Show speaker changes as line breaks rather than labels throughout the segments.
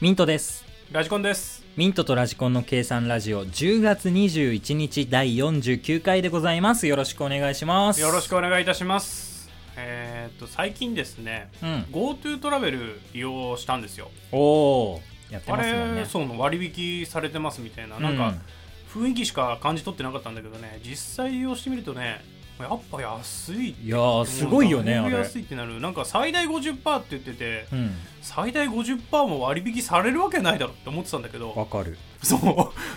ミントです。
ラジコンです。
ミントとラジコンの計算ラジオ10月21日第49回でございます。よろしくお願いします。
よろしくお願いいたします。えーっと最近ですね、
うん。
GoTo トラベル利用したんですよ。
おー。やって
あ
ますもん
れ、
ね。
そうの割引されてますみたいな、
うん
なんか雰囲気しか感じ取ってなかったんだけどね、実際利用してみるとね、やっぱ安い。
いやー、すごいよね、
だ
あ
ぶ
れ。
安いってなる。なんか最大50%って言ってて、
うん。
最大50%も割引されるわけないだろって思ってたんだけど、
わかる。
そ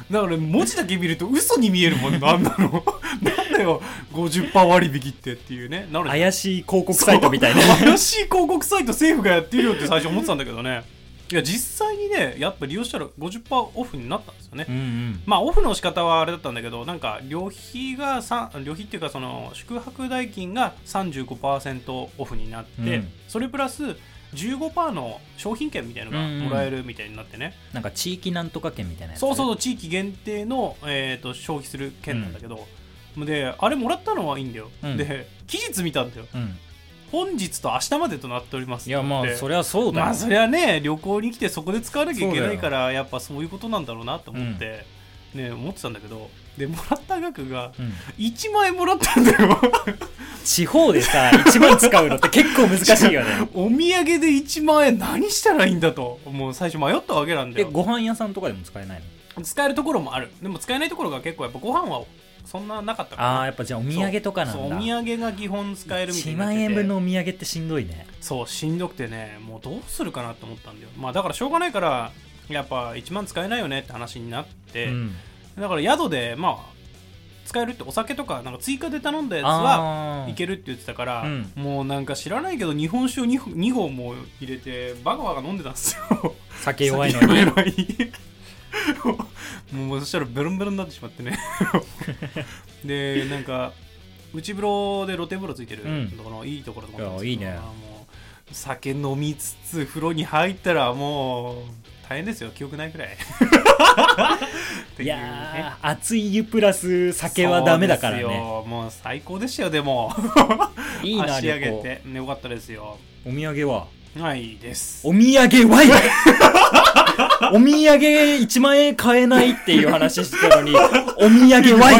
う。だから文字だけ見ると嘘に見えるもんね、あん なの。なんだよ、50%割引ってっていうね。なのに
怪しい広告サイトみたいな。
怪しい広告サイト政府がやってるよって最初思ってたんだけどね。いや、実際にね、やっぱ利用したら50%オフになったんですよね
うん。うん。
まあ、オフの仕方はあれだったんだけど、なんか、旅費がさん、旅費っていうか、その、宿泊代金が35%オフになって、
うん
それプラス15%の商品券みたいなのがもらえるみたいになってね。
なんか地域なんとか券みたいなやつ。。
そうそうそうう地域限定の、えー、と消費する券なんだけど、であれもらったのはいいんだよ、
うん
で期日見たんだよ
うん。
本日と明日までとなっております
いや、まあ、そ
れ
りゃそうだよ。
まあそりゃね旅行に来てそこで使わなきゃいけないからやっぱそういうことなんだろうなと思って、ね思ってたんだけどでもらった額が
うん
1万円もらったんだよ
地方でさ、一番使うのって結構難し いよね。
お土産で1万円何したらいいんだともう最初迷ったわけなんだ
え、
よ
ご飯屋さんとかでも使えないの
使えるところもあるでも使えないところが結構やっぱご飯はそんななかったから
あー、やっぱじゃあお土産とかなんだ。
そうそうお土産が基本使えるみたい
1
になっ
万
てて
円分のお土産ってしんどいね
そうしんどくてねもうどうするかなと思ったんだよまあだからしょうがないからやっぱ1万使えないよねって話になって、
うん
だから宿でまあ使えるってお酒とかなんか追加で頼んだやつは
あー
いけるって言ってたから、
うん
もうなんか知らないけど日本酒を 2, 2本も入れてバカバカ飲んでたんですよ
酒弱いのに
酒弱いもう そしたらベロンベロンになってし まってねでなんか内風呂で露天風呂ついてる
うん
ところのいいところとかあったんです
い
け
やいい
ど
ね
まあもう酒飲みつつ風呂に入ったらもう大変ですよ記憶ないくらいっ
い
て
う
ね
やー熱い湯プラス酒はダメだから
そうです
ね
よもう最高でしたよでも
いいな
足
旅
上げ
行
て、ね、よかったですよ
お土産は
はいです
お土産はい お土産1万円買えないっていう話してたのにお土産はい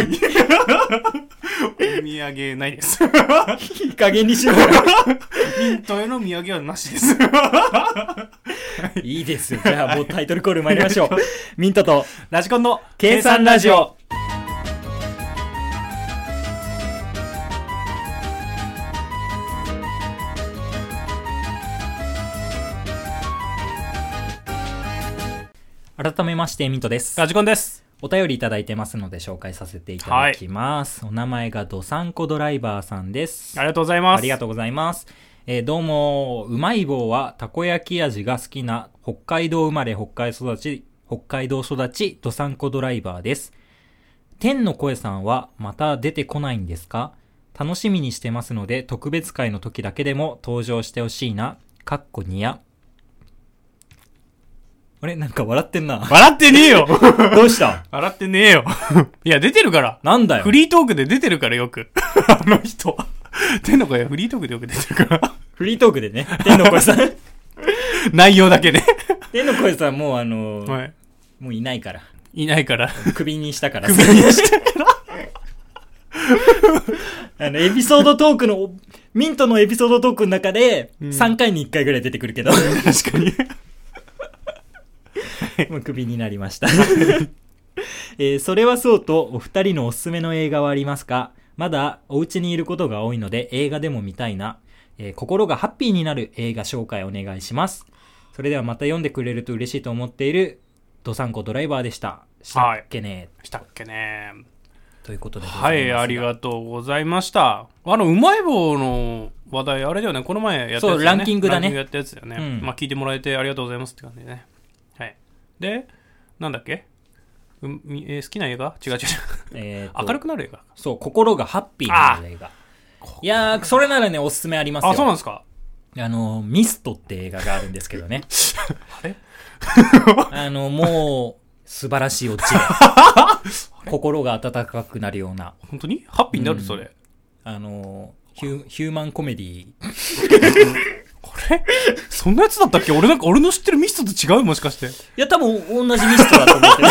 お土産ないです
いい加減にしろよ
ミントへの土産はなしです。
いいですよじゃあもうタイトルコール参りまし ょうミントと
ラジコンの
計算ラジオ改めましてミントです
ラジコンです。
お便りいただいてますので紹介させていただきます、お名前がどさんこドライバーさんです
ありがとうございます。。
ありがとうございます。えーどうも、うまい棒はたこ焼き味が好きな北海道生まれ北海育ち、北海道育ち、どさんこドライバーです。天の声さんはまた出てこないんですか楽しみにしてますので、特別会の時だけでも登場してほしいな。かっこにや。あれなんか笑ってんな
笑ってねえよ
どうした
笑ってねえ よいや、出てるから。
なんだよ
フ。リートークで出てるからよく。 あの人。天の声フリートークでよく出てるから。
フリートークでね。 天の声さん。
内容だけで。
天の声さんもうあのー
はい。
もういないから。
いないから。
クビにしたから
クビにして。
あの、エピソードトークの、ミントのエピソードトークの中で、
うん
3回に1回ぐらい出てくる けど、
確かに。
もうクビになりま した。えーそれはそうと、お二人のおすすめの映画はありますかまだお家にいることが多いので、映画でも見たいな。えー心がハッピーになる映画紹介お願いします。それではまた読んでくれると嬉しいと思っている、ドサンコドライバーでした。したっけね、
したっけね。
ということでございます。
はい、ありがとうございました。あの、うまい棒の話題、あれだよね。この前やったやつだよ、ね。
そうランキングだね
ランキングやったやつだよね。
うん
まあ、聞いてもらえてありがとうございますって感じでね。はい。で、なんだっけうみえー好きな映画 違う違う違
えーと
う。明るくなる映画。
そう、心がハッピーになる映画。いやー、それならね、おすすめありますよ。
あ、そうなんですか
あの、ミストって映画があるんですけど ね。
あれ
あの、もう、素晴らしいオチ で。心が温かくなるような、
本当にハッピーになる、それ。
あの、ヒューヒューマンコメディ
これそんなやつだったっけ俺なんか俺の知ってるミストと違うもしかして
いや、多分同じミストだと思ってる。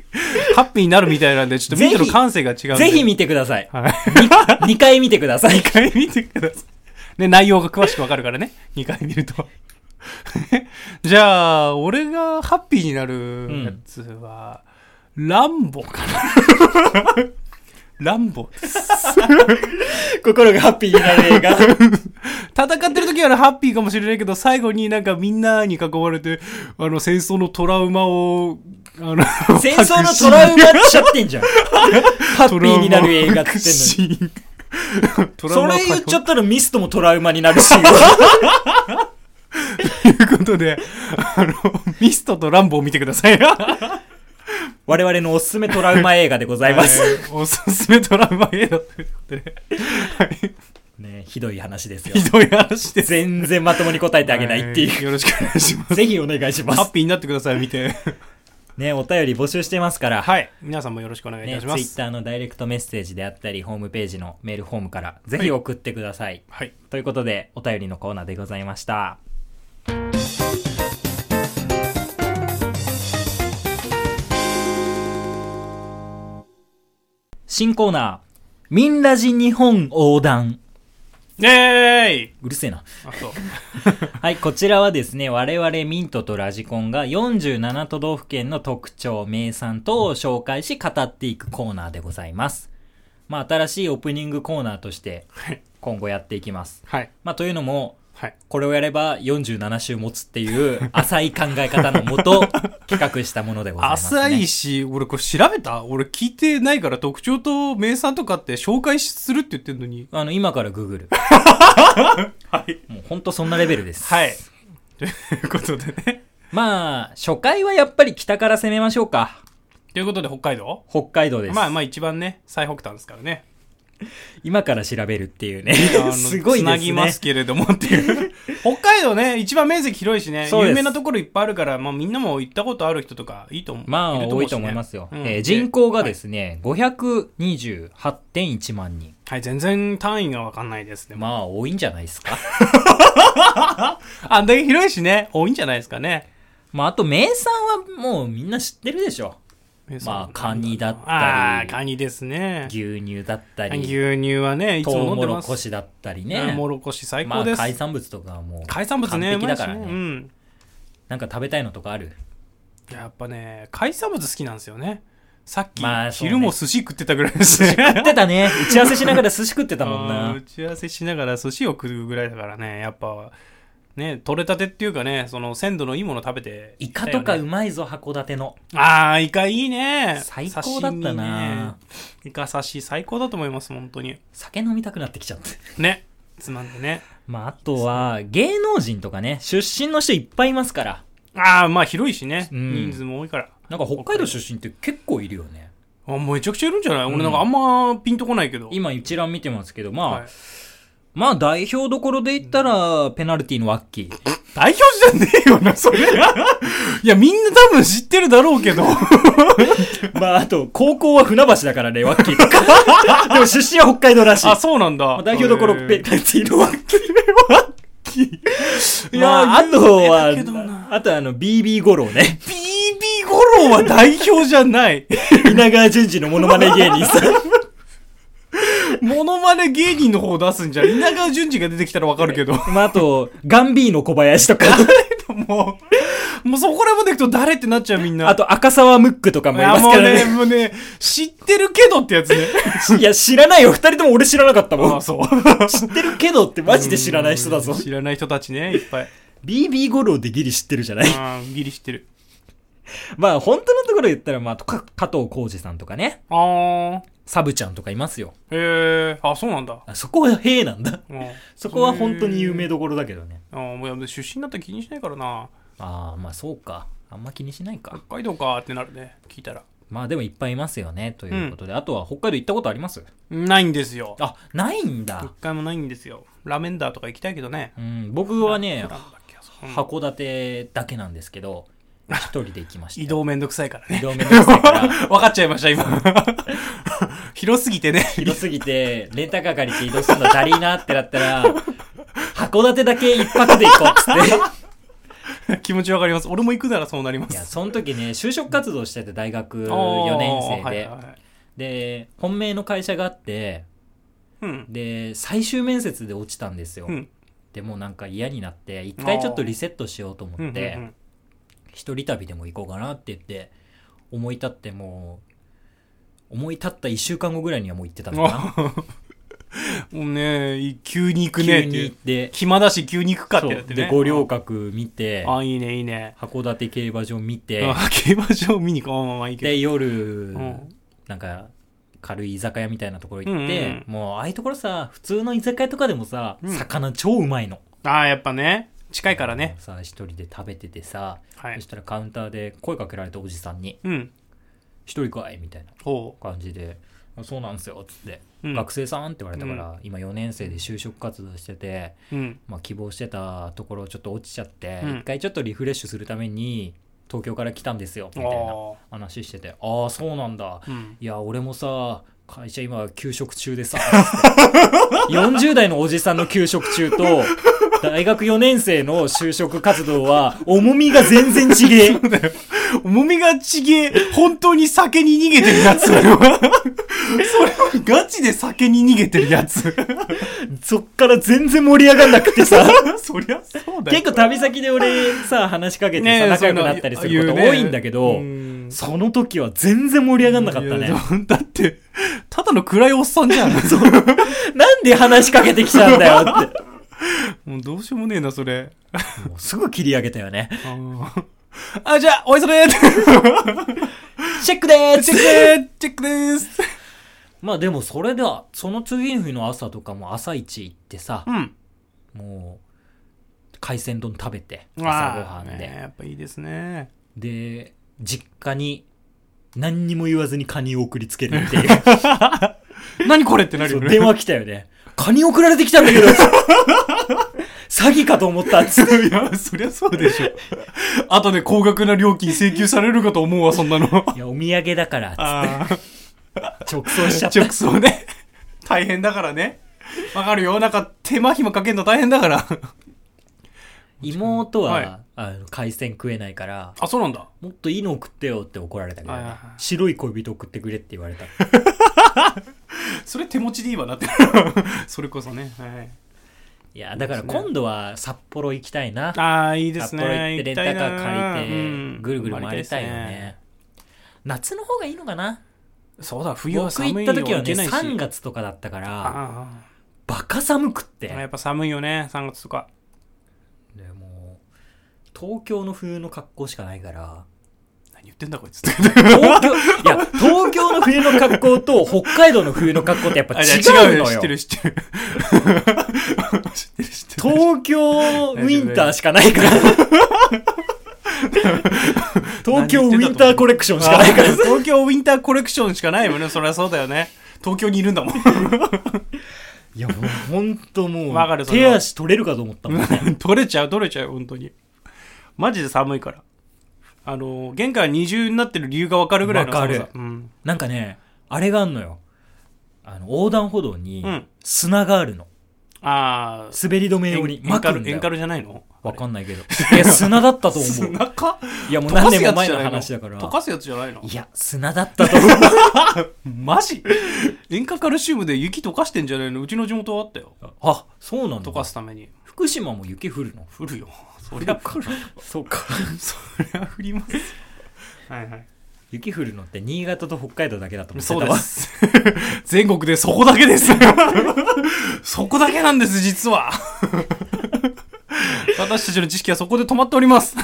ハッピーになるみたいなんでちょっと見て
ぜ
る
ひ
感性が違うんで
ぜひ見てください。
はい
2回見てください。
2回見てください。ね、内容が詳しくわかるからね。2回見ると。 じゃあ、俺がハッピーになるやつは、ランボかな。 ランボです。
心がハッピーになる 映画。
戦ってる時はハッピーかもしれないけど、最後になんかみんなに囲まれて、あの、戦争のトラウマを、あの、
戦争のトラウマっちゃってんじゃん。ハッピーになる映画って言ってんのに。
のに。 トラウ
そ
マを
れ
解放
言っちゃったらミストもトラウマにな るし。
ということで、あの、ミストとランボを見てください。
我々のおすすめトラウマ映画でございます。
はいおすすめトラウマ映画ということで、はい
ねひどい話ですよ。
ひどい話です。
全然まともに答えてあげないって
は
いう。
よろしくお願いします。
ぜひお願いしま
ハッ
す。
ピーになってください、見て。
ねお便り募集してますから。
はい。 皆さんもよろしくお願いい
ね、
た
ツ
し
イ
ます。
ッターのダイレクトメッセージであったり、ホームページのメールフォームから、ぜひ送ってください。
はい。
ということで、お便りのコーナーでございました。新コーナー、ミンラジ日本横断。
えーいう
るせえな。
あと、
はい、こちらはですね、我々ミントとラジコンが47都道府県の特徴、名産等を紹介し語っていくコーナーでございます。まあ、新しいオープニングコーナーとして
はい、
今後やっていきます。
はい、
まあ、というのも、
はい。
これをやれば47週持つっていう浅い考え方のもと 企画したものでございます、ね。
浅いし、俺これ調べた俺聞いてないから特徴と名産とかって紹介するって言ってんのに。
あの、今からグーグル。
はい。
もうほんとそんなレベルです。
はい。ということでね。
まあ、初回はやっぱり北から攻めましょうか。
ということで、北海道
北海道です。
まあまあ一番ね、最北端ですからね。
今から調べるっていうね
あ の。
すごいですね。
つなぎますけれどもっていう。 北海道ね、一番面積広いしね、
そうです
有名なところいっぱいあるから、まあみんなも行ったことある人とかいいと思う。
まあ、
る
多
思
いう
し
と
ね
思いますよ。
うん
えー
で
人口が
は
で
い
すね、528.1万人。
はい、全然単位がわかんないですね。
まあ、多いんじゃないですか。
あんだけ広いしね、多いんじゃないですかね。
まあ、あと、名産はもうみんな知ってるでしょ。まあ、カニだ
あ
っ
ー
た
カニですね。
り、牛乳だった
牛
り、
乳はね、いつ
ト
も
ウ
飲ん
モ
で
ロ
ま
コ
す。
シだったり
トウ
ね
モ。ロコシ最
ま
高
あ、
です。
海産物とかはもう、
海産物ね、
完璧だから
うまいし
ね。
ね。
なんか食べたいのとかある
うん。やっぱね、海産物好きなんですよね。さっき、
まあそうね
昼も寿司食ってたぐらいで すね
食ってた ね。打ち合わせしながら寿司食ってたもん
あー打
な。
ち合わせしながら寿司を食うぐらいだからねやっぱね取れたてっていうかねその鮮度のいいもの食べて
イカとか
いき
うまいぞ、函館の。
たよねああイカいいね
最高だった
刺身ね
な。
イカ刺し最高だと思います本当に
酒飲みたくなってきちゃった。
ねつまんでね
まあ、あとは、芸能人とかね、出身の人いっぱいいますから。
ああまあ広いしね、
うん
人数も多いから
なんか北海道出身って結構いるよね。
あもうめちゃくちゃいるんじゃない、
うん
俺なんかあんまピンとこないけど
今一覧見てますけど、まあ、
はい
まあ代表どころで言ったら、ペナルティのワッキー。
代表じゃねえよなそれいやみんな多分知ってるだろうけど
まああと、高校は船橋だからね、ワッキー とか。でも出身は北海道らしい。
あそうなんだ
まあ代表どころ、
へー
ペナルティのワッキー。
い や
まあ、あと
有名だけどな
は、あとはあの、BB 五郎ね。
BB 五郎は代表じゃない。
稲川淳二のモノマネ芸人さん。
モノマネ芸人の方を出すんじゃん。稲川淳二が出てきたらわかるけど。
まああと、ガンビーの小林とか、
もう、もうそこら辺まで行くと誰ってなっちゃうみんな。
あと赤沢ムックとか
い
もいま
や、
す
も
か
う
らね。
ね、もうね、知ってるけどってやつ ね。
いや、知らないよ。二人とも俺知らなかったもん
あ。そう。
知ってるけどってマジ で知らない人だぞ
うん。知らない人たちね、いっ ぱい。
BB 五郎でギリ知ってるじゃない
あーギリ知ってる。
まあ本当のところ言ったら、まあ、か加藤浩二さんとかね、
あー。
サブちゃんとかいますよ。
へえ、あ、そうなんだ。
あそこはへえなん だ。
うん
そこは本当に有名どころだけどね。
あーもうや出身だったら気にしないからな。
ああ、まあそうか。あんま気にしないか。
北海道かってなるね、聞いたら。
まあでもいっぱいいますよね、ということで。あとは北海道行ったことあります
ないんですよ。
あ、ないん
一
だ。
回もないんですよ。ラベンダーとか行きたいけどね。
うん、僕はね
なん、だっけあそこ
函館だけなんですけど、一人で行きました。
移動めんどくさいから
移
ね。
動面倒くさいから。
分かっちゃいました、今。 広すぎてね。
広すぎて、レンタカー借りて移動するのだりーなってなったら、函館だけ一泊で行こうっつ っ
気持ちわかります。俺も行くならそうなりま
て。いや、
す。
その時ね、就職活動してて、大学
あー
4年生で。
はいはいはい
で、本命の会社があって、
うん。
で、最終面接で落ちたんですよ。
うん。
でもうなんか嫌になって、一回ちょっとリセットしようと
うんう
思っ
んう
て、
ん。
一人旅でも行こうかなって言って、思い立ってもう、思い立った一週間後ぐらいにはもう行ってたのかな。
もうね、急に行く
急
ねっ
に
てい
行っ
う。
て、
暇だし急に行くかって
そ
なっ
う
て
で、
ね。
五稜郭見て、
あ、いいね、いいね。
函館競馬場見て、
あ 競馬場見に行こう。まあまあいいけ
で、夜
ど。うん。
なんか、軽い居酒屋みたいなところ行って、
うんうんうん
もう、ああいうところさ、普通の居酒屋とかでもさ、
うん
魚超うまいの。
ああ、やっぱね。近いからね。
さ、一人で食べててさ、
は
そ
い
し。たらカウンターで声かけられたおじさんに、
うん。
一人かいみたいな
ほ
感じで、そうなんですよ、つって、
う。うん。
学生さんって言われたから、今4年生で就職活動してて、
うん。
まあ、希望してたところちょっと落ちちゃって、
うん
一回ちょっとリフレッシュするために、東京から来たんですよ、みたいな
あ
話してて、ああ、そうなんだ。
あ。うん。
いや、俺もさ、会社今、休職中 でさ、40代のおじさんの休職中と、大学4年生の就職活動は、重みが全然違え。
重みがちげえ、本当に酒に逃げてるや つ。それは、それはガチで酒に逃げてる やつ。
そっから全然盛り上がんなくてさ、
そりゃそうだよ。
結構旅先で俺さ、話しかけてさ、仲良くなったりすること多いんだけど、その時は全然盛り上がんなかったね。
だって、ただの暗いおっさ んじゃん。
なんで話しかけてきたんだよって。
もうどうしようもねえな、それ。
もうすぐ切り上げたよね。
あ、じゃあ、おい それチ
チェックでーす
ェックでーすチェックでーす
まあでもそれでは、その次の日の朝とかも朝一行ってさ
う、ん。
もう、海鮮丼食べて、朝ご
わ
は
あ
ん
ね
で。
やっぱいいですね。
で、実家に、何にも言わずにカニを送りつける っていう。
何これってなる
そ
よ
う電
ね。
話来たよね。カニ送られてきたんだけど、 詐欺かと思ったっつって。
いや、そりゃそうでしょ。あとで高額な料金請求されるかと思うわ、そんなの。
いや、お土産だから、
あ あ。
直送しちゃった。
直送ね。大変だからね。わかるよ。なんか手間暇かけるの大変だから。
妹は、
はい
あの海鮮食えないから、
あ、そうなんだ。
もっといいの送ってよって怒られたけど
はいは
ね
いはい。
白い恋人送ってくれって言われた。
それ手持ちでいいわな って。それこそね。はい。
いや、だから今度は札幌行きたいな。
ああ、いいです
札
ね。
幌行ってレンタカ
行き
ー
たいな
借り
うん
て、ぐるぐる回りたいよ
回りです
ね。夏の方がいいのかな
そうだ、冬は
僕
寒い
行
よ
った時はね、
行けないし
3月とかだったから、
あ
バカ寒くっ。
あやってぱ寒いよね、3月とか。
でもう東京の冬の格好しかないから、
何言ってんだこいつ。
東京、いや、東京の冬の格好と北海道の冬の格好ってやっぱ
あいや
違うの
知
よ
って。る知ってる。 知ってる知ってる。
東京ウィンターしかないから。東京ウィンターコレクションしかないから
あー東京ウィンターコレクションしかないもんね。そりゃそうだよね。東京にいるんだもん。
いや、もう、ほんとも
わかる
う、
それ
手
は
足取れるかと思ったもんね。
取れちゃう、取れちゃう、本当に。マジで寒いから。あの、玄関二重になってる理由がわかるぐらいの寒さ。
わか
うん。
なんかね、あれがあんのよ。あの、横断歩道に
うん、
砂があるの。
ああ、
滑り止め
エ
用
ン
に
エン
巻
カ
くん
ル、
だ
エン
よ
カ。ルじゃないの
わかんないけど。いや、砂だったと思う。
砂か
いや、もう
溶か
何
す
年
や
も
つ
前
じゃ
の
ないの
話だから。
溶かすやつじゃないの
いや、砂だった と思う。
マ ジ塩化カルシウムで雪溶かしてんじゃないのうちの地元はあったよ。
あ、そうなんだ
溶。かすために。
福島も雪降るの
降るよ。そりゃ降る。
そうか。
そりゃ降 ります。はいはい。
雪降るのって新潟と北海道だけだと思ってた
そう
わ。
です。 全国でそこだけです。 そこだけなんです、実は。 私たちの知識はそこで止まってお ります。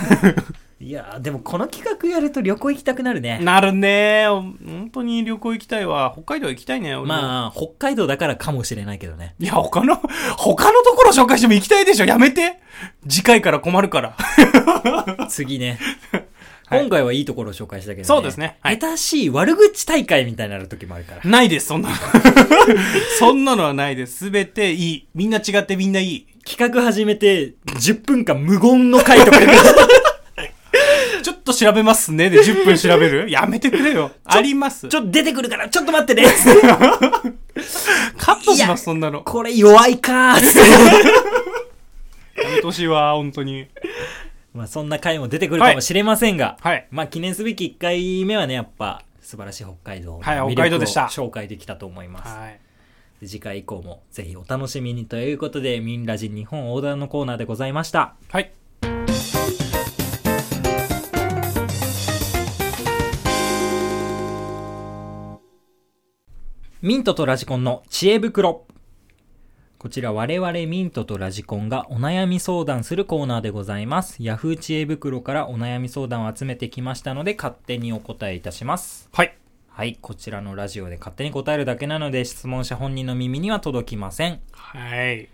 いやー、でもこの企画やると旅行行きたくなるね。
なるね。本当に旅行行きたいわ。北海道行きたいね。俺も
まあ、北海道だからかもしれないけどね。
いや、他の、他のところ紹介しても行きたいでしょ。やめて。次回から困 るから。
次ね。
はい
今回はいいところを紹介したけど、
そうですねはい
下手しい悪口大会みたいになる時もあるから。
ないです、そんなの。 そんなのはないです。すべていい。みんな違ってみんないい。
企画始めて10分間無言の回とか ち
ちょっと調べますね。で、10分調べる やめてくれよ。あります。
ょっと出てくるから、ちょっと待ってね。
カットし
い
ま
や
す、そんなの。
これ弱いかーっつって
やめてほしいわ、本当に。
まあそんな回も出てくるかもしれませんが、
はい。
まあ記念すべき1回目はね、やっぱ素晴らしい北海道の
はい
魅
北
力
海道
を
でした
紹介できたと思います。
はい。
で次回以降もぜひお楽しみにということで、ミンラジ日本横断のコーナーでございました。
はい。
ミントとラジコンの知恵袋。こちら我々ミントとラジコンがお悩み相談するコーナーでございます。ヤフー知恵袋からお悩み相談を集めてきましたので勝手にお答えいたします。
はい。
はい、こちらのラジオで勝手に答えるだけなので質問者本人の耳には届きません。
はい。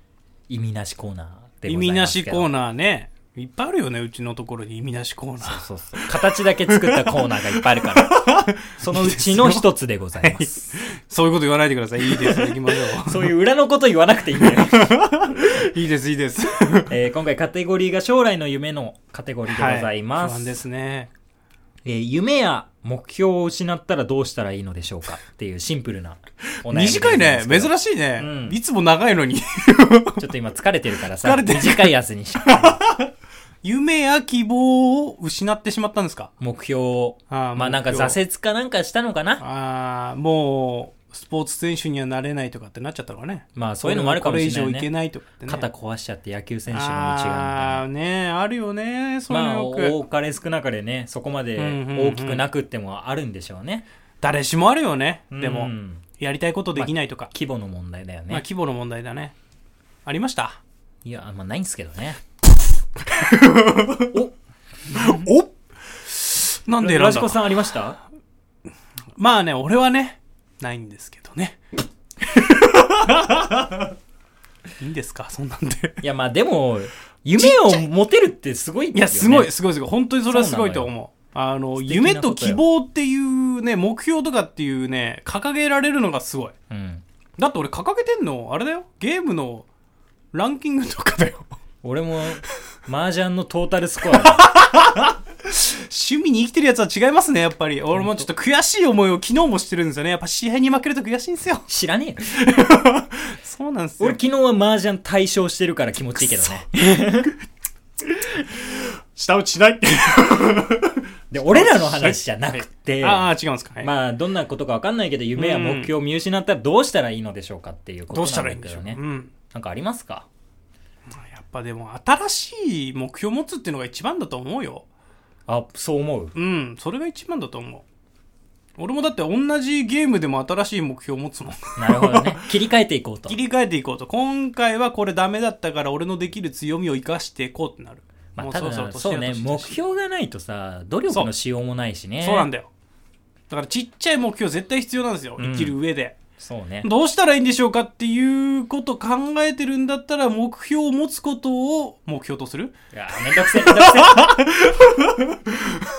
意味なしコーナーで
意
ござい
味
ま
な
す
し
け
コ
ど。
ーナーね。いっぱいあるよね、うちのところに意味なしコーナー。
そうそうそう。形だけ作ったコーナーがいっぱいあるから。 そのうちの一つでございます。
そういうこと言わないでください。いい です。行きましょ
そういう裏のこと言わなくていいんだよ。
う。いいです、いいです。
えー今回カテゴリーが将来の夢のカテゴリーでございます。
はい不安ですね。
えー夢や目標を失ったらどうしたらいいのでしょうかっていうシンプルなお悩みでご
短
ざ
い
いま
ね
す。けど
珍しいね。
うん
いつも長いのに。
ちょっと今疲れてるからさ、
疲れてる
短いやつにしよう
夢や希望を失ってしまったんですか
目標を、
あー
まあなんか
目標
挫折かなんかしたのかな
ああ、もう、スポーツ選手にはなれないとかってなっちゃったのかね。
まあそういうのもあるかもしれ
こ
ない
れ以上いけ
ね。
ないとかってね。
肩壊しちゃって野球選手の道がみたい
あ
な
あ、ねあるよね。そういう
まあ、
のよく。
多かれ少なかれね、そこまで
うんうんうん
大きくなくってもあるんでしょうね。
誰しもあるよね。で
う
も、
ん
やりたいことできないとか。
規模の問題だよね。
まあ、規模の問題だね。ありました。
いや、あんまないんすけどね。
おなんで選ん
ラ
だ
ジコさんありました
まあね、俺はね、ないんですけど ね。いいんですかそんなんで。
いや、まあでも、夢を持てるってすごいよね
いや、すごい、。すごい、すごい。本当にそれはすごいと
そう
思う。あの、
素敵な
夢
ことよ
と希望っていうね、目標とかっていうね、掲げられるのがすごい。
うん。
だって俺掲げてんの、あれだよ。ゲームのランキングとかだよ。
俺も、麻雀のトータルスコア。
趣味に生きてるやつは違いますね、やっぱり。俺もちょっと悔しい思いを昨日もしてるんですよね。やっぱ試合に負けると悔しいんですよ。
知らねえよ。
そうなんですよ。
俺昨日は麻雀対象してるから気持ちいいけどね。
下打ちし ない。
で、俺らの話じゃなくて、
ああ、違うんですか、はい
まあ、どんなことかわかんないけど、夢や目標を見失ったらどうしたらいいのでしょうかっていうこと
どうした
なん
らい
だ
いんで
け
し
ど
ょう
ね。
うん。
なんかありますか
まあやっぱでも、新しい目標を持つっていうのが一番だと思うよ。
あ、そう思う。
うん、それが一番だと思う。俺もだって同じゲームでも新しい目標を持 つもん。
なるほどね。切り替えていこ うと
切。り替えていこうと。今回はこれダメだったから俺のできる強みを生かしていこうってなる。
ま
も
あ、た
う
だ、そう
年だ
ね
と、して
目
るし
標がないとさ、努力のしようもないしね。
そうなん
だ
だよ。だからちっちゃい目標絶対必要なんですよ。
うん
生きる上で。
そうね。
どうしたらいいんでしょうかっていうことを考えてるんだったら目標を持つことを目標とする
いや、めんどくせえ、めんどく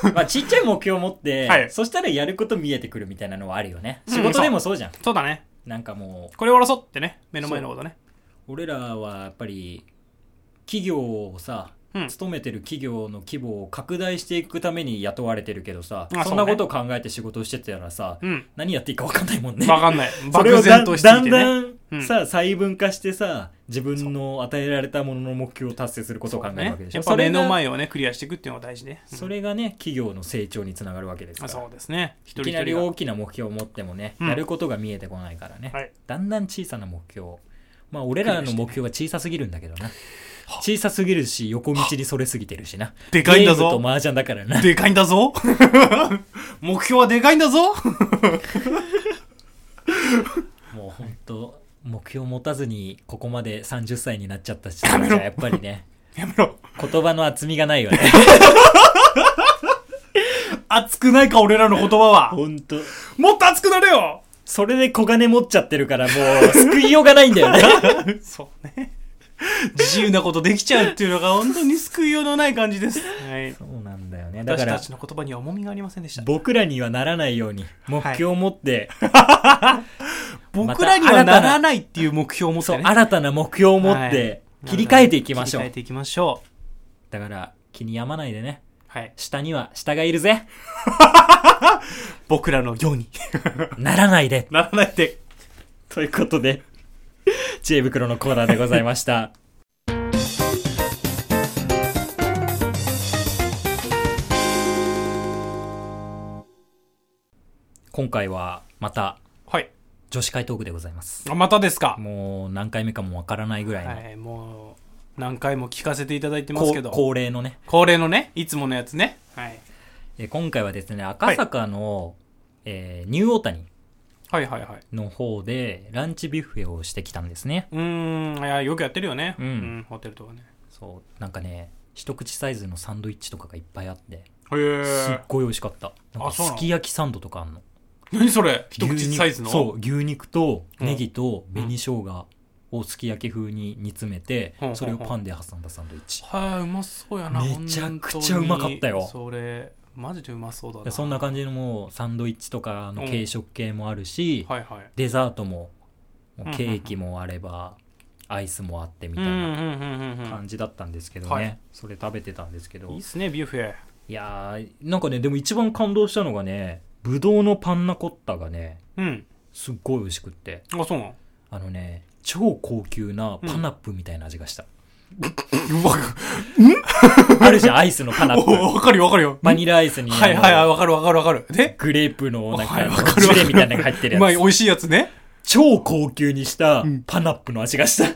せえ。まあ、ちっちゃい目標を持って、
はい
そしたらやること見えてくるみたいなのはあるよね。
うん
仕事でもそうじゃん。
そうだね。
なんかも
これを争ってね。目の前のことね。
う、俺らはやっぱり、企業をさ、
うん
勤めてる企業の規模を拡大していくために雇われてるけどさ、
あ
そんな
そうね
ことを考えて仕事してたらさ、
うん。
何やっていいか分かんないもんね。
わかんない。
それを
漠然としていてね。
だんだ
うんん
さ、細分化してさ自分の与えられたものの目標を達成することを考えるわけでしょ
やっぱ目の
それが
前をねクリアしていくっていうのが大事ね、うん
それがね企業の成長につながるわけですか
あ
ら
そうですね一
い
人
き
一
なり
人が
大きな目標を持ってもね、
うん
やることが見えてこないからね、
はい
だんだん小さな目標まあ俺らの目標は小さすぎるんだけどな小さすぎるし横道にそれすぎてるしな
でかいんだぞ
ゲームと麻雀だからな
でかいんだぞ 目標はでかいんだぞ
もう本当目標持たずにここまで30歳になっちゃった人たちはやっぱりね
やめろ
言葉の厚みがないよね
熱くないか俺らの言葉は
本当
もっと熱くなれ よ
それで小金持っちゃってるからもう救いようがないんだ よね
そうね自由なことできちゃうっていうのが本当に救いようのない感じです、はい、
そうなんだよねだか
私た
ら
ちの言葉には重みがありませんでした
僕らにはならないように目標を持って、
僕らにはならないっていう目標を持っ
そ
て
う
ね
新たな目標を持って
はい
切り替えていきましょう、
切り替えていきましょう
だから気に病まないでね
はい
下には下がいるぜ
僕らのように
ならないで
ならないで
ということで知恵袋のコーナーでございました今回はまた
はい。
女子会トークでございます。
あまたですか。
もう何回目かもわからないぐらいの、
はい、もう、何回も聞かせていただいてま
こ
す
う
けど。
恒例のね、
恒例のね、いつものやつね。はい。
えー今回はですね、赤坂の、えーニューオータニ
はいはいはい。
の方でランチビュッフェをしてきたんですね。
うーん、いや、よくやってるよね。
うん
ホテルとかね。
そう、なんかね、一口サイズのサンドイッチとかがいっぱいあって、
へ
すっ
え。
ごい美味しかった。なん
あ
か
そうな
す
の
き焼きサンドとかあんの。
何それ一
牛
口
肉
サイズの
そう、牛肉とネギと
ん
紅生姜をすき焼き風に煮詰めて
うん、
それをパンで挟んだサンドイッチ。
はい、うまそうやな。
めちゃくちゃうまかったよ
本当にそれ、マジでうまそうだ
で
な。
そんな感じのもうサンドイッチとかの軽食系もあるし、
はいはい。
デザートもも
うん
うケーキもあればアイスもあってみ
う
た
ん
いな
うんうんうん
感じだったんですけどね、
はい
それ食べてたんですけ
うん。い
ど
いっすね、ビュッフェ。
いやーなんかねでも一番感動したのがねぶどうのパンナコッタがね
うん。
すっごい美味しくって
あ、そうなの
あのね超高級なパナップみたいな味がした、
わ
あるじゃんアイスのパナップ
かるよわかるよ。
バニラアイスに
はいはい
あ
はい、
の
わかるわかるわかる。で、
グレープのなん
は
か
い
あの
わかるわかる
ジュレみたいなのが入ってる
う まい、
やつ
美味しいやつね。
超高級にした
うん
パナップの味がした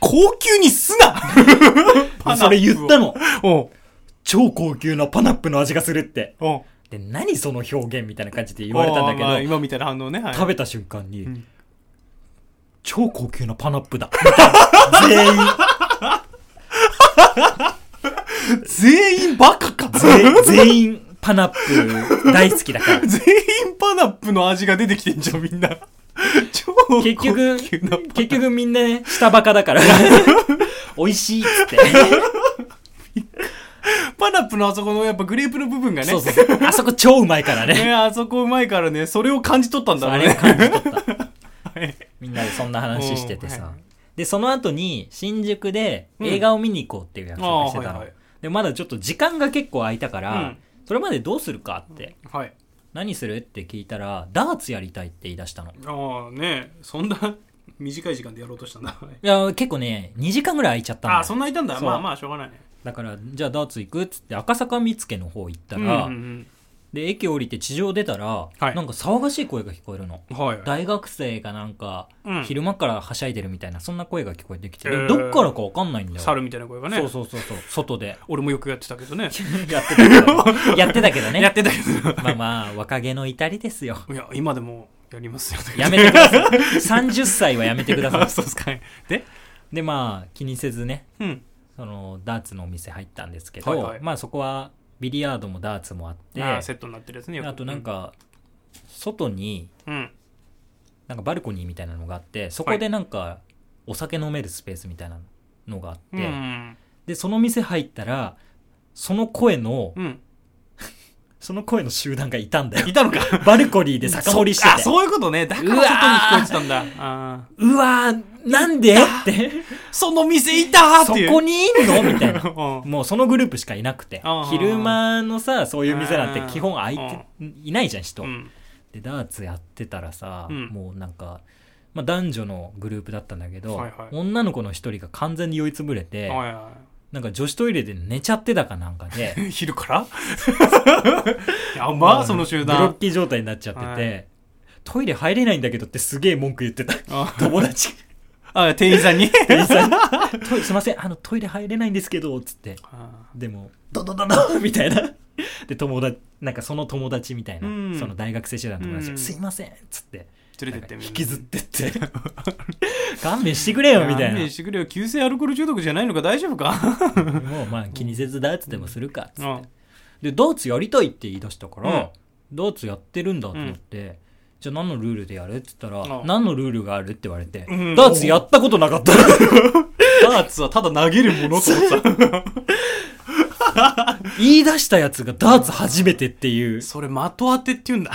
高級にすな パナップを
それ言ったの
おう
超高級なパナップの味がするって。
おう
で、何その表現みたいな感じで言われたんだけど、
あーまあ今みたいな反応ね。はい
食べた瞬間に、
うん
超高級なパナップだ。みたいな全員、
全員バカか
全員、全員パナップ大好きだ から。
全員パナップの味が出てきてんじゃん、みんな。超高 級
結局、
なパナップ
結局みんなね、下バカだから。美味しいっつって。
パナップのあそこのやっぱグレープの部分がね。
そうそうそう。あそこ超うまいからね。
ね、あそこうまいからね、それを感じ取ったん
そ
だ
う
ろ
あ
う
れを
ね。
感じ取った。
はい
みんなでそんな話してて
うん
さ
は。
で、その後に新宿で
うん
映画を見に行こうっていう約束をしてた
あー
の
はいはい。
で、まだちょっと時間が結構空いたか
う
ら
ん、
それまでどうするかって、
はい。
何するって聞いたら、ダーツやりたいって言い出したの。い
ああ、ねそんな短い時間でやろうとしたんだ。
や、結構ね、2時間ぐらい空いちゃったんだ
あ
よ
あ、そんないたんだ。
そう
まあまあ、しょうがないね。
だから、じゃあダーツ行くっつって赤坂見附の方行ったら、
うんうん
で、駅降りて地上出たら、
はい
なんか騒がしい声が聞こえるの。
うんはい。
大学生がなんか、
うん
昼間からはしゃいでるみたいな、そんな声が聞こえてきて、で
へー
どっからかわかんないんだよ。
猿みたいな声がね。
そうそうそうそう、外 で。
俺もよくやってたけどね。
やってたけど、やってたけど
やっ
ね。
てたけ
まあまあ、若気の至りですよ。
ど。いや、今でもやりますよ。
やめてください。30歳 はやめてくださ
あ
い。
そうっすかね。で、
で、まあ、気にせずね、
うん。
そのダーツのお店入ったんですけど、
はいはい
まあそこはビリヤードもダーツもあって
あ
あ
ーセットになってるやつね。よく
となん、か外に
うん。
なんかバルコニーみたいなのがあってそこでなんかお酒飲めるスペースみたいなのがあって、
うん。
でその店入ったらその声の
うん。
その声の集団がいたんだよ
いたのか。
バルコニーで酒盛りして
そあ、
て
そういうことね。だから外に聞こえてたんだ。あー
うわーなんでって
その店いたー
そ
っていう。
こにいんのみたいな
こ
もうそのグループしかいなくて
あー
昼間のさそういう店なんて基本空いていないじゃん人、
うん。うん。
でダーツやってたらさ、
うん
もうなんか、まあ、男女のグループだったんだけど、
はいはい
女の子の一人が完全に酔いつぶれて、
はいは
なんか女子トイレで寝ちゃってたかなんか で、
い。昼からやばー、その集
ブロッ
団。
キー状態になっちゃってて、
はい
トイレ入れないんだけどってすげえ文句言って た
あ
友達
あ、店員さ んに。
店員さんにトイレすいませんあのトイレ入れないんですけど」つって
あ
でも「ドドドド」 みたいなで友達なんかその友達みたいな、
うん
その大学生集団の友達が
うん
すいません」っつって
ー連れてって
なんか
みんな
引きずってって 勘弁してくれよみたい
勘
な
弁してくれよ急性アルコール中毒じゃないのか大丈夫か
もうまあ気にせずダーツでもするかっつって、
うん
でダーツやりたいって言い出したから、ダーツやってるんだと思って、じゃあ何のルールでやるって言ったら、
うん
何のルールがあるって言われて、
うん
ダーツやったことな かった
ダーツはただ投げるものと思って
言い出したやつがダーツ初めてっていう
たそれ的当てって言うんだ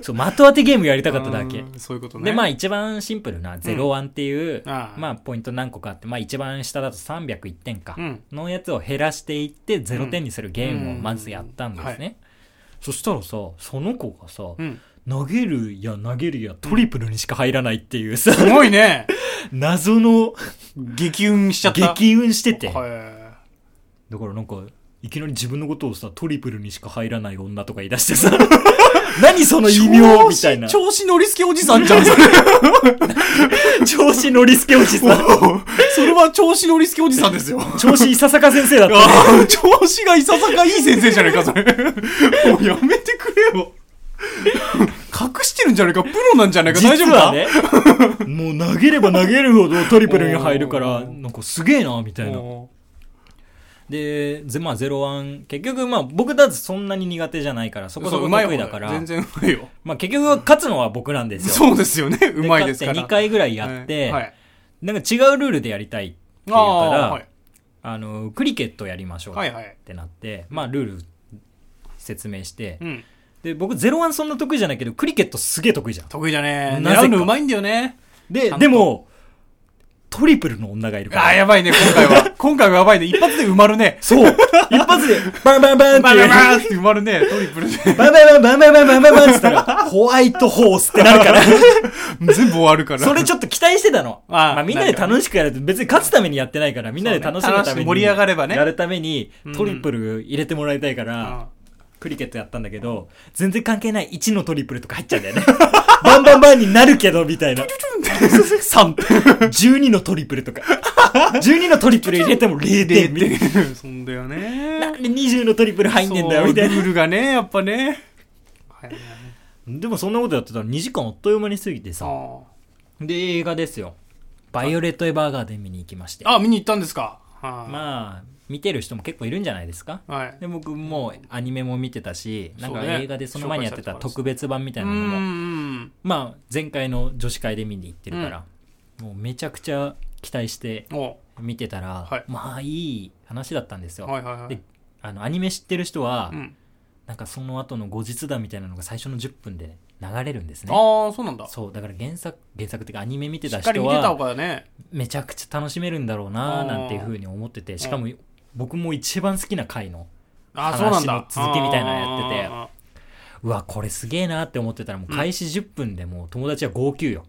そう的当てゲームやりたかっただけ、
うんそういうことね
でまあ一番シンプルな01っていう、
ああ
まあポイント何個かあって、まあ、一番下だと301点か、
うん
のやつを減らしていって0点にするゲームをまずやったんですね、
うんうんは
そしたらさその子がさ、
うん
投げるや投げるやトリプルにしか入らないっていうさ、
すごいね
謎の
激運しちゃった
激運してて、
はい
だからなんかいきなり自分のことをさ、トリプルにしか入らない女とか言い出してさ、 何その異名みたいな。
調子乗りすけおじさんじ ゃん、それ。
調子乗りすけおじさん。
それは調子乗りすけおじさん ですよ。
調子いささか先生だった。
ああ、調子がいささかいい先生じゃないか、それ。もうやめてくれよ。隠してるんじゃないか、プロなんじゃないか、大丈夫
実
か
はね、 もう投げれば投げるほどトリプルに入るか
お
ら、
ー
なんかすげえな、みたいな。
お
で、ゼまあ、ゼロワン、結局、まあ、僕だとそんなに苦手じゃないから、そ
ー
こ
そ、
そうこ
うまい
得
方
意だから、
全然うまいよ。
まあ、結局、勝つのは僕なんですよ。
そうですよね、うまいですから。
勝って2回ぐらいやって、
はい。はい
なんか違うルールでやりたいって言うから、あ,、
はい
の、クリケットやりましょう
はい
っ
はい。
てなって、まあ、ルール説明して、
うん。
で、僕、ゼロワンそんな得意じゃないけど、クリケットすげえ得意じゃん。
得意だね。
なぜか
狙うのうまいんだよね。
で
ちゃ、んと
でも、トリプルの女がいるか
ああ、
ら。
やばいね、今回 は。今回はやばいね。一発で埋まるね。
そう一発で、バンバンバンって
バ
い
ラ
う。
バーって埋まるね、トリプルで。
バンバンバンバンバンバンバンバンって言ったら、ホワイトホースってなるから。
全部終わるから。
それちょっと期待してたの。
ああ
まあ、みんなで楽しくやると別に勝つためにやってないから、みんなで楽しむ
そ
た
う
め
ね楽し
に。
く盛り上がればね
やるために
うん、
トリプル入れてもらいたいか
うん
ら、クリケットやったんだけど、全然関係ない1のトリプルとか入っちゃうんだよね。バンバンバンになるけど、みたいな。
3
12のトリプルとか。12のトリプル入れても0点みたいな。
点。そんだよね。
なんで20のトリプル入んねんだよ、
そう
みたい
ルー
な。
ルがね、やっぱね。はいはい
でもそんなことやってたら2時間あっという間に過ぎてさ。で、映画ですよ。バイオレット・エヴァーガーデン見に行きまして。
あ、見に行ったんですか。は
まあ、見てる人も結構いるんじゃないですか
い。はい。
で僕もうアニメも見てたし、なん
そ
か
うね
映画でその前にやってた
紹介されてたから
特別版みた
う
い
ー
なのも、
ん。
まあ前回の女子会で見に行ってるから、もうめちゃくちゃ期待して
お
見てたら、
はい
まあいい話だったんですよ。
はいはいはい
で。あのアニメ知ってる人は、
うん
なんかその後の後日談みたいなのが最初の10分で流れるんですね。
ああ、そうなんだ。し
そう、だから原作、原作っていうかアニメ見てた
っかり
人
見てた
は
方、がね。
めちゃくちゃ楽しめるんだろうな、なんていうふうに思ってて、しかも僕も一番好きな回の、
ああ、そうなん
話
だ
の。続きみたいなのやってて
あーあーあー
うわ、これすげえなって思ってたら、もう開始10分でもう友達は号泣よ。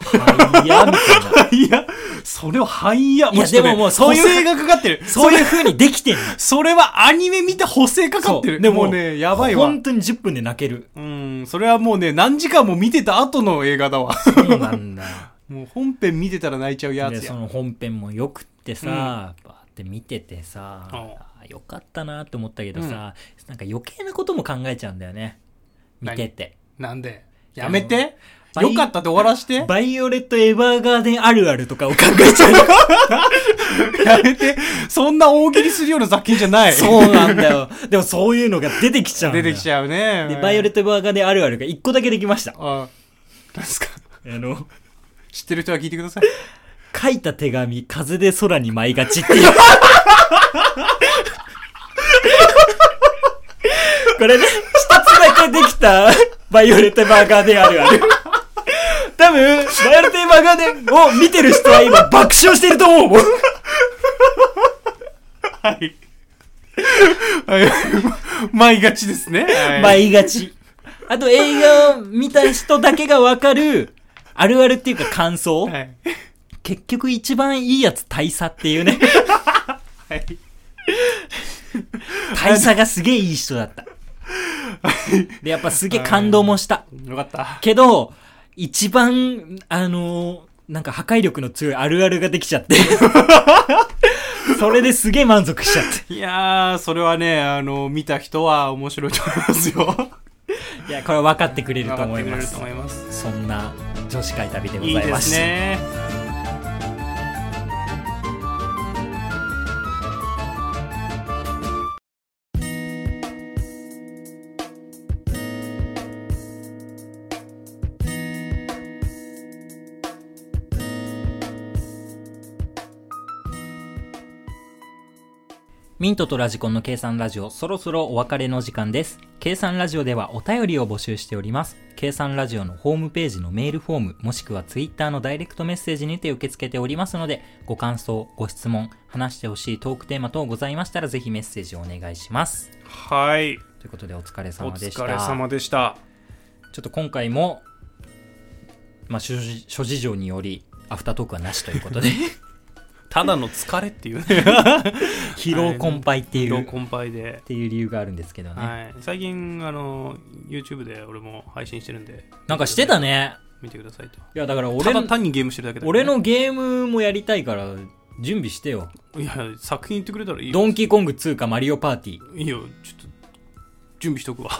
はいや、みたいな。
いや、それははいや、
いや
ちょっとね
でももうそういう
補正がかかって る。
そういう
う。
風にできてんの。
それはアニメ見て補正かかって
そ
る。
う
でもうね、やばいわ。
本当に10分で泣ける。
うん、それはもうね、何時間も見てた後の映画 だわ。
そうなん だよ。
もう本編見てたら泣いちゃうや
で、
つ
そ
や。
の本編もよくってさ、バーって見ててさ、
う
あよかったなって思ったけどさ、なんか余計なことも考えちゃうんだよね。見てて。
なんでやめて
あの
よかったで終わらして
バイオレット・エヴァーガーデンあるあるとかを考えちゃう。
やめてそんな大喜利するような作品じゃな い
そうなんだよ。でもそういうのが出てきちゃうんだ
出
よ。
てきちゃうね。
で、バイオレット・エヴァーガーデンあるあるが1個だけできました。あ
あ、なんすか
の、
知ってる人は聞いてください。
書いた手紙、風で空に舞いがちって いう。これね、一つだけできた、バイオレット・エヴァーガーデンあるある。多分、バイオレット・エヴァーガーデンを見てる人は今爆笑してると思うもん。
はい。はい。 舞いがちですね。はい
舞いがち。あと映画を見た人だけがわかる、あるあるっていうか感想。
はい。
結局一番いいやつ大佐っていう ね。
はい。
大佐がすげえいい人だった。で、やっぱすげえ感動もした。
よかった。
けど、一番、あのーなんか破壊力の強いあるあるができち ゃって。それですげえ満足しちゃって。
いやー、それはね、あの、見た人は面白いと思いますよ。
いや、これ分かってくれる
分
と
かっ
思
て
い
くれ
ま
る
す
と。思います。
そんな女子会旅でご
いい
ざい
で
まし
す
た。
ね。
ミントとラジコンの計算ラジオ、そろそろお別れの時間です。計算ラジオではお便りを募集しております。計算ラジオのホームページのメールフォーム、もしくはツイッターのダイレクトメッセージにて受け付けておりますので、ご感想、ご質問、話してほしいトークテーマ等ございましたら、ぜひメッセージをお願いします。
はい。
ということでお疲れ
お
様でした。
疲れ様でした。
ちょっと今回も、 まあ、諸事諸事情により、アフタートークはなしということで、
ただの疲れっていうね
疲労困憊ってい
疲労
う、っ
困憊で、
ていう理由があるんですけどね。
はい、最近あの YouTube で俺も配信してるんで
なんかしてたね。
見てくださいと
いや、だから
た
俺の
だ、単にゲームしてるだけだから
俺
ね、
のゲームもやりたいから、準備してよ。
いや作品言ってくれたらいいよ
ドンキーコング2かマリオパーティー。
いいよちょっと準備しとくわ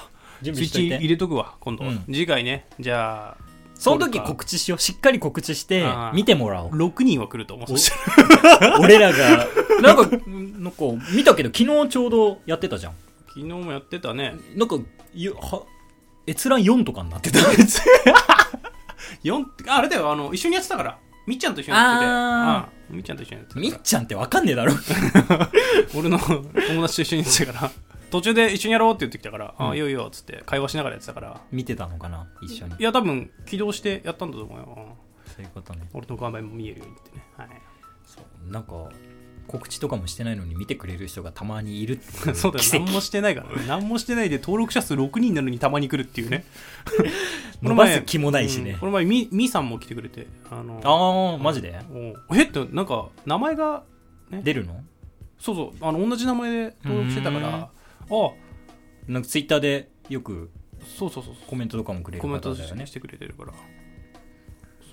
準
スイ
備
ッ
しとい
チ入
て。
れとくわ今度、
うん
次回ねじゃあ
その時告知しよう。しっかり告知して
あ、ー
見ても らおう。
6人は来ると思う
お
そしたら
俺ら が、なんか、なんか、見たけど、昨日ちょうどやってたじゃん。
昨日もやってたね
なんか、ゆは閲覧4とかになってた。
4ああれだよあの一緒にやってたからみっちゃんと一緒にやってて
あ
うんみっちゃんと一緒にやって た
みっちゃんってわかんねえだろ。
俺の友達と一緒にやってたから途中で一緒にやろうって言ってきたから、あいいよいいよっつって会話しながらやってたから
見てたのかな一緒に
い。や多分起動してやったんだと思うよ、うん
そういうことね。
俺の画面も見えるようにってね、はい
そう。なんか、告知とかもしてないのに見てくれる人がたまにいるって い
そうだよ
奇跡
何もしてないからね何もしてないで登録者数6人なのにたまに来るっていうね
伸ばす気もないしね
うんこの前みみーさんも来てくれてあの
ああ、マジで
おえってなんか名前が
出るの
そうそうあの同じ名前で登録してたから
うん
あ
なんかツイッターでよく
そうそうそう
コメントとかもくれる
コメン
方
ト
だよね
し。てくれてるから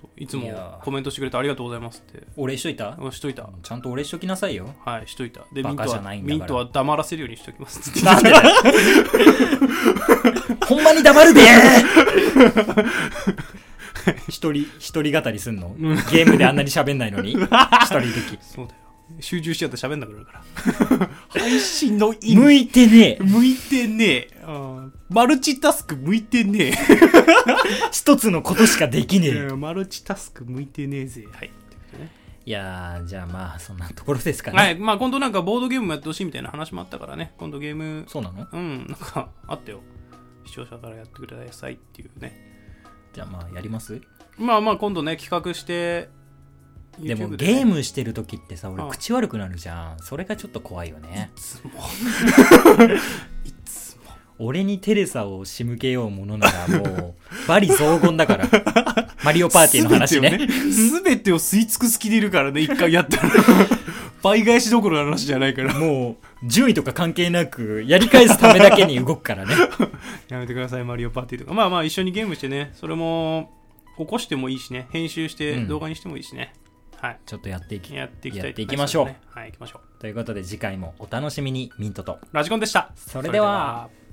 そういつも
いやー
コメントしてくれてありがとうございますって
お礼しといた
うんしといた
ちゃんとお礼しときなさいよ。
はいしといたでミ
バ
ント
カじゃ
は
ないんだから
ミントは黙らせるようにしておきますって
なんでだよほんまに黙るで一人、一人語りすんのゲームであんなに喋んないのに一人で
そうだよ集中しちゃって喋んなくなるから配信の
き。
意味
向いてねえ。
向いてねえうんマルチタスク向いてね
一つのことしかできね
え
え。
うんマルチタスク向いてねえぜはいってことね
いやー、じゃあまあ、そんなところですかね。
はいまあ今度なんかボードゲームもやってほしいみたいな話もあったからね今度ゲーム
そうなの
うんなんかあったよ視聴者からやってくださいっていうね
じゃあまあ、やります
まあまあ今度ね企画して
でも、
YouTube
ゲームしてる時ってさ、俺
ああ
口悪くなるじゃん。それがちょっと怖いよね。
いつもいつも
俺にテレサを仕向けようものならもう、バリ荘厳だから。 マリオパーティーの話ね。
すべてを吸い尽くす気でいるからね一回やった ら倍返しどころの話じゃないから
もう、順位とか関係なく、やり返すためだけに動くからね。
やめてくださいマリオパーティーとかまあまあ一緒にゲームしてねそれも起こしてもいいしね編集して
うん
動画にしてもいいしね、はい
ちょっとやっていき。
やっていきたい
やっていきましょう
はい行きましょう
ということで次回もお楽しみに、ミントと。
ラジコンでした
それでは
それでは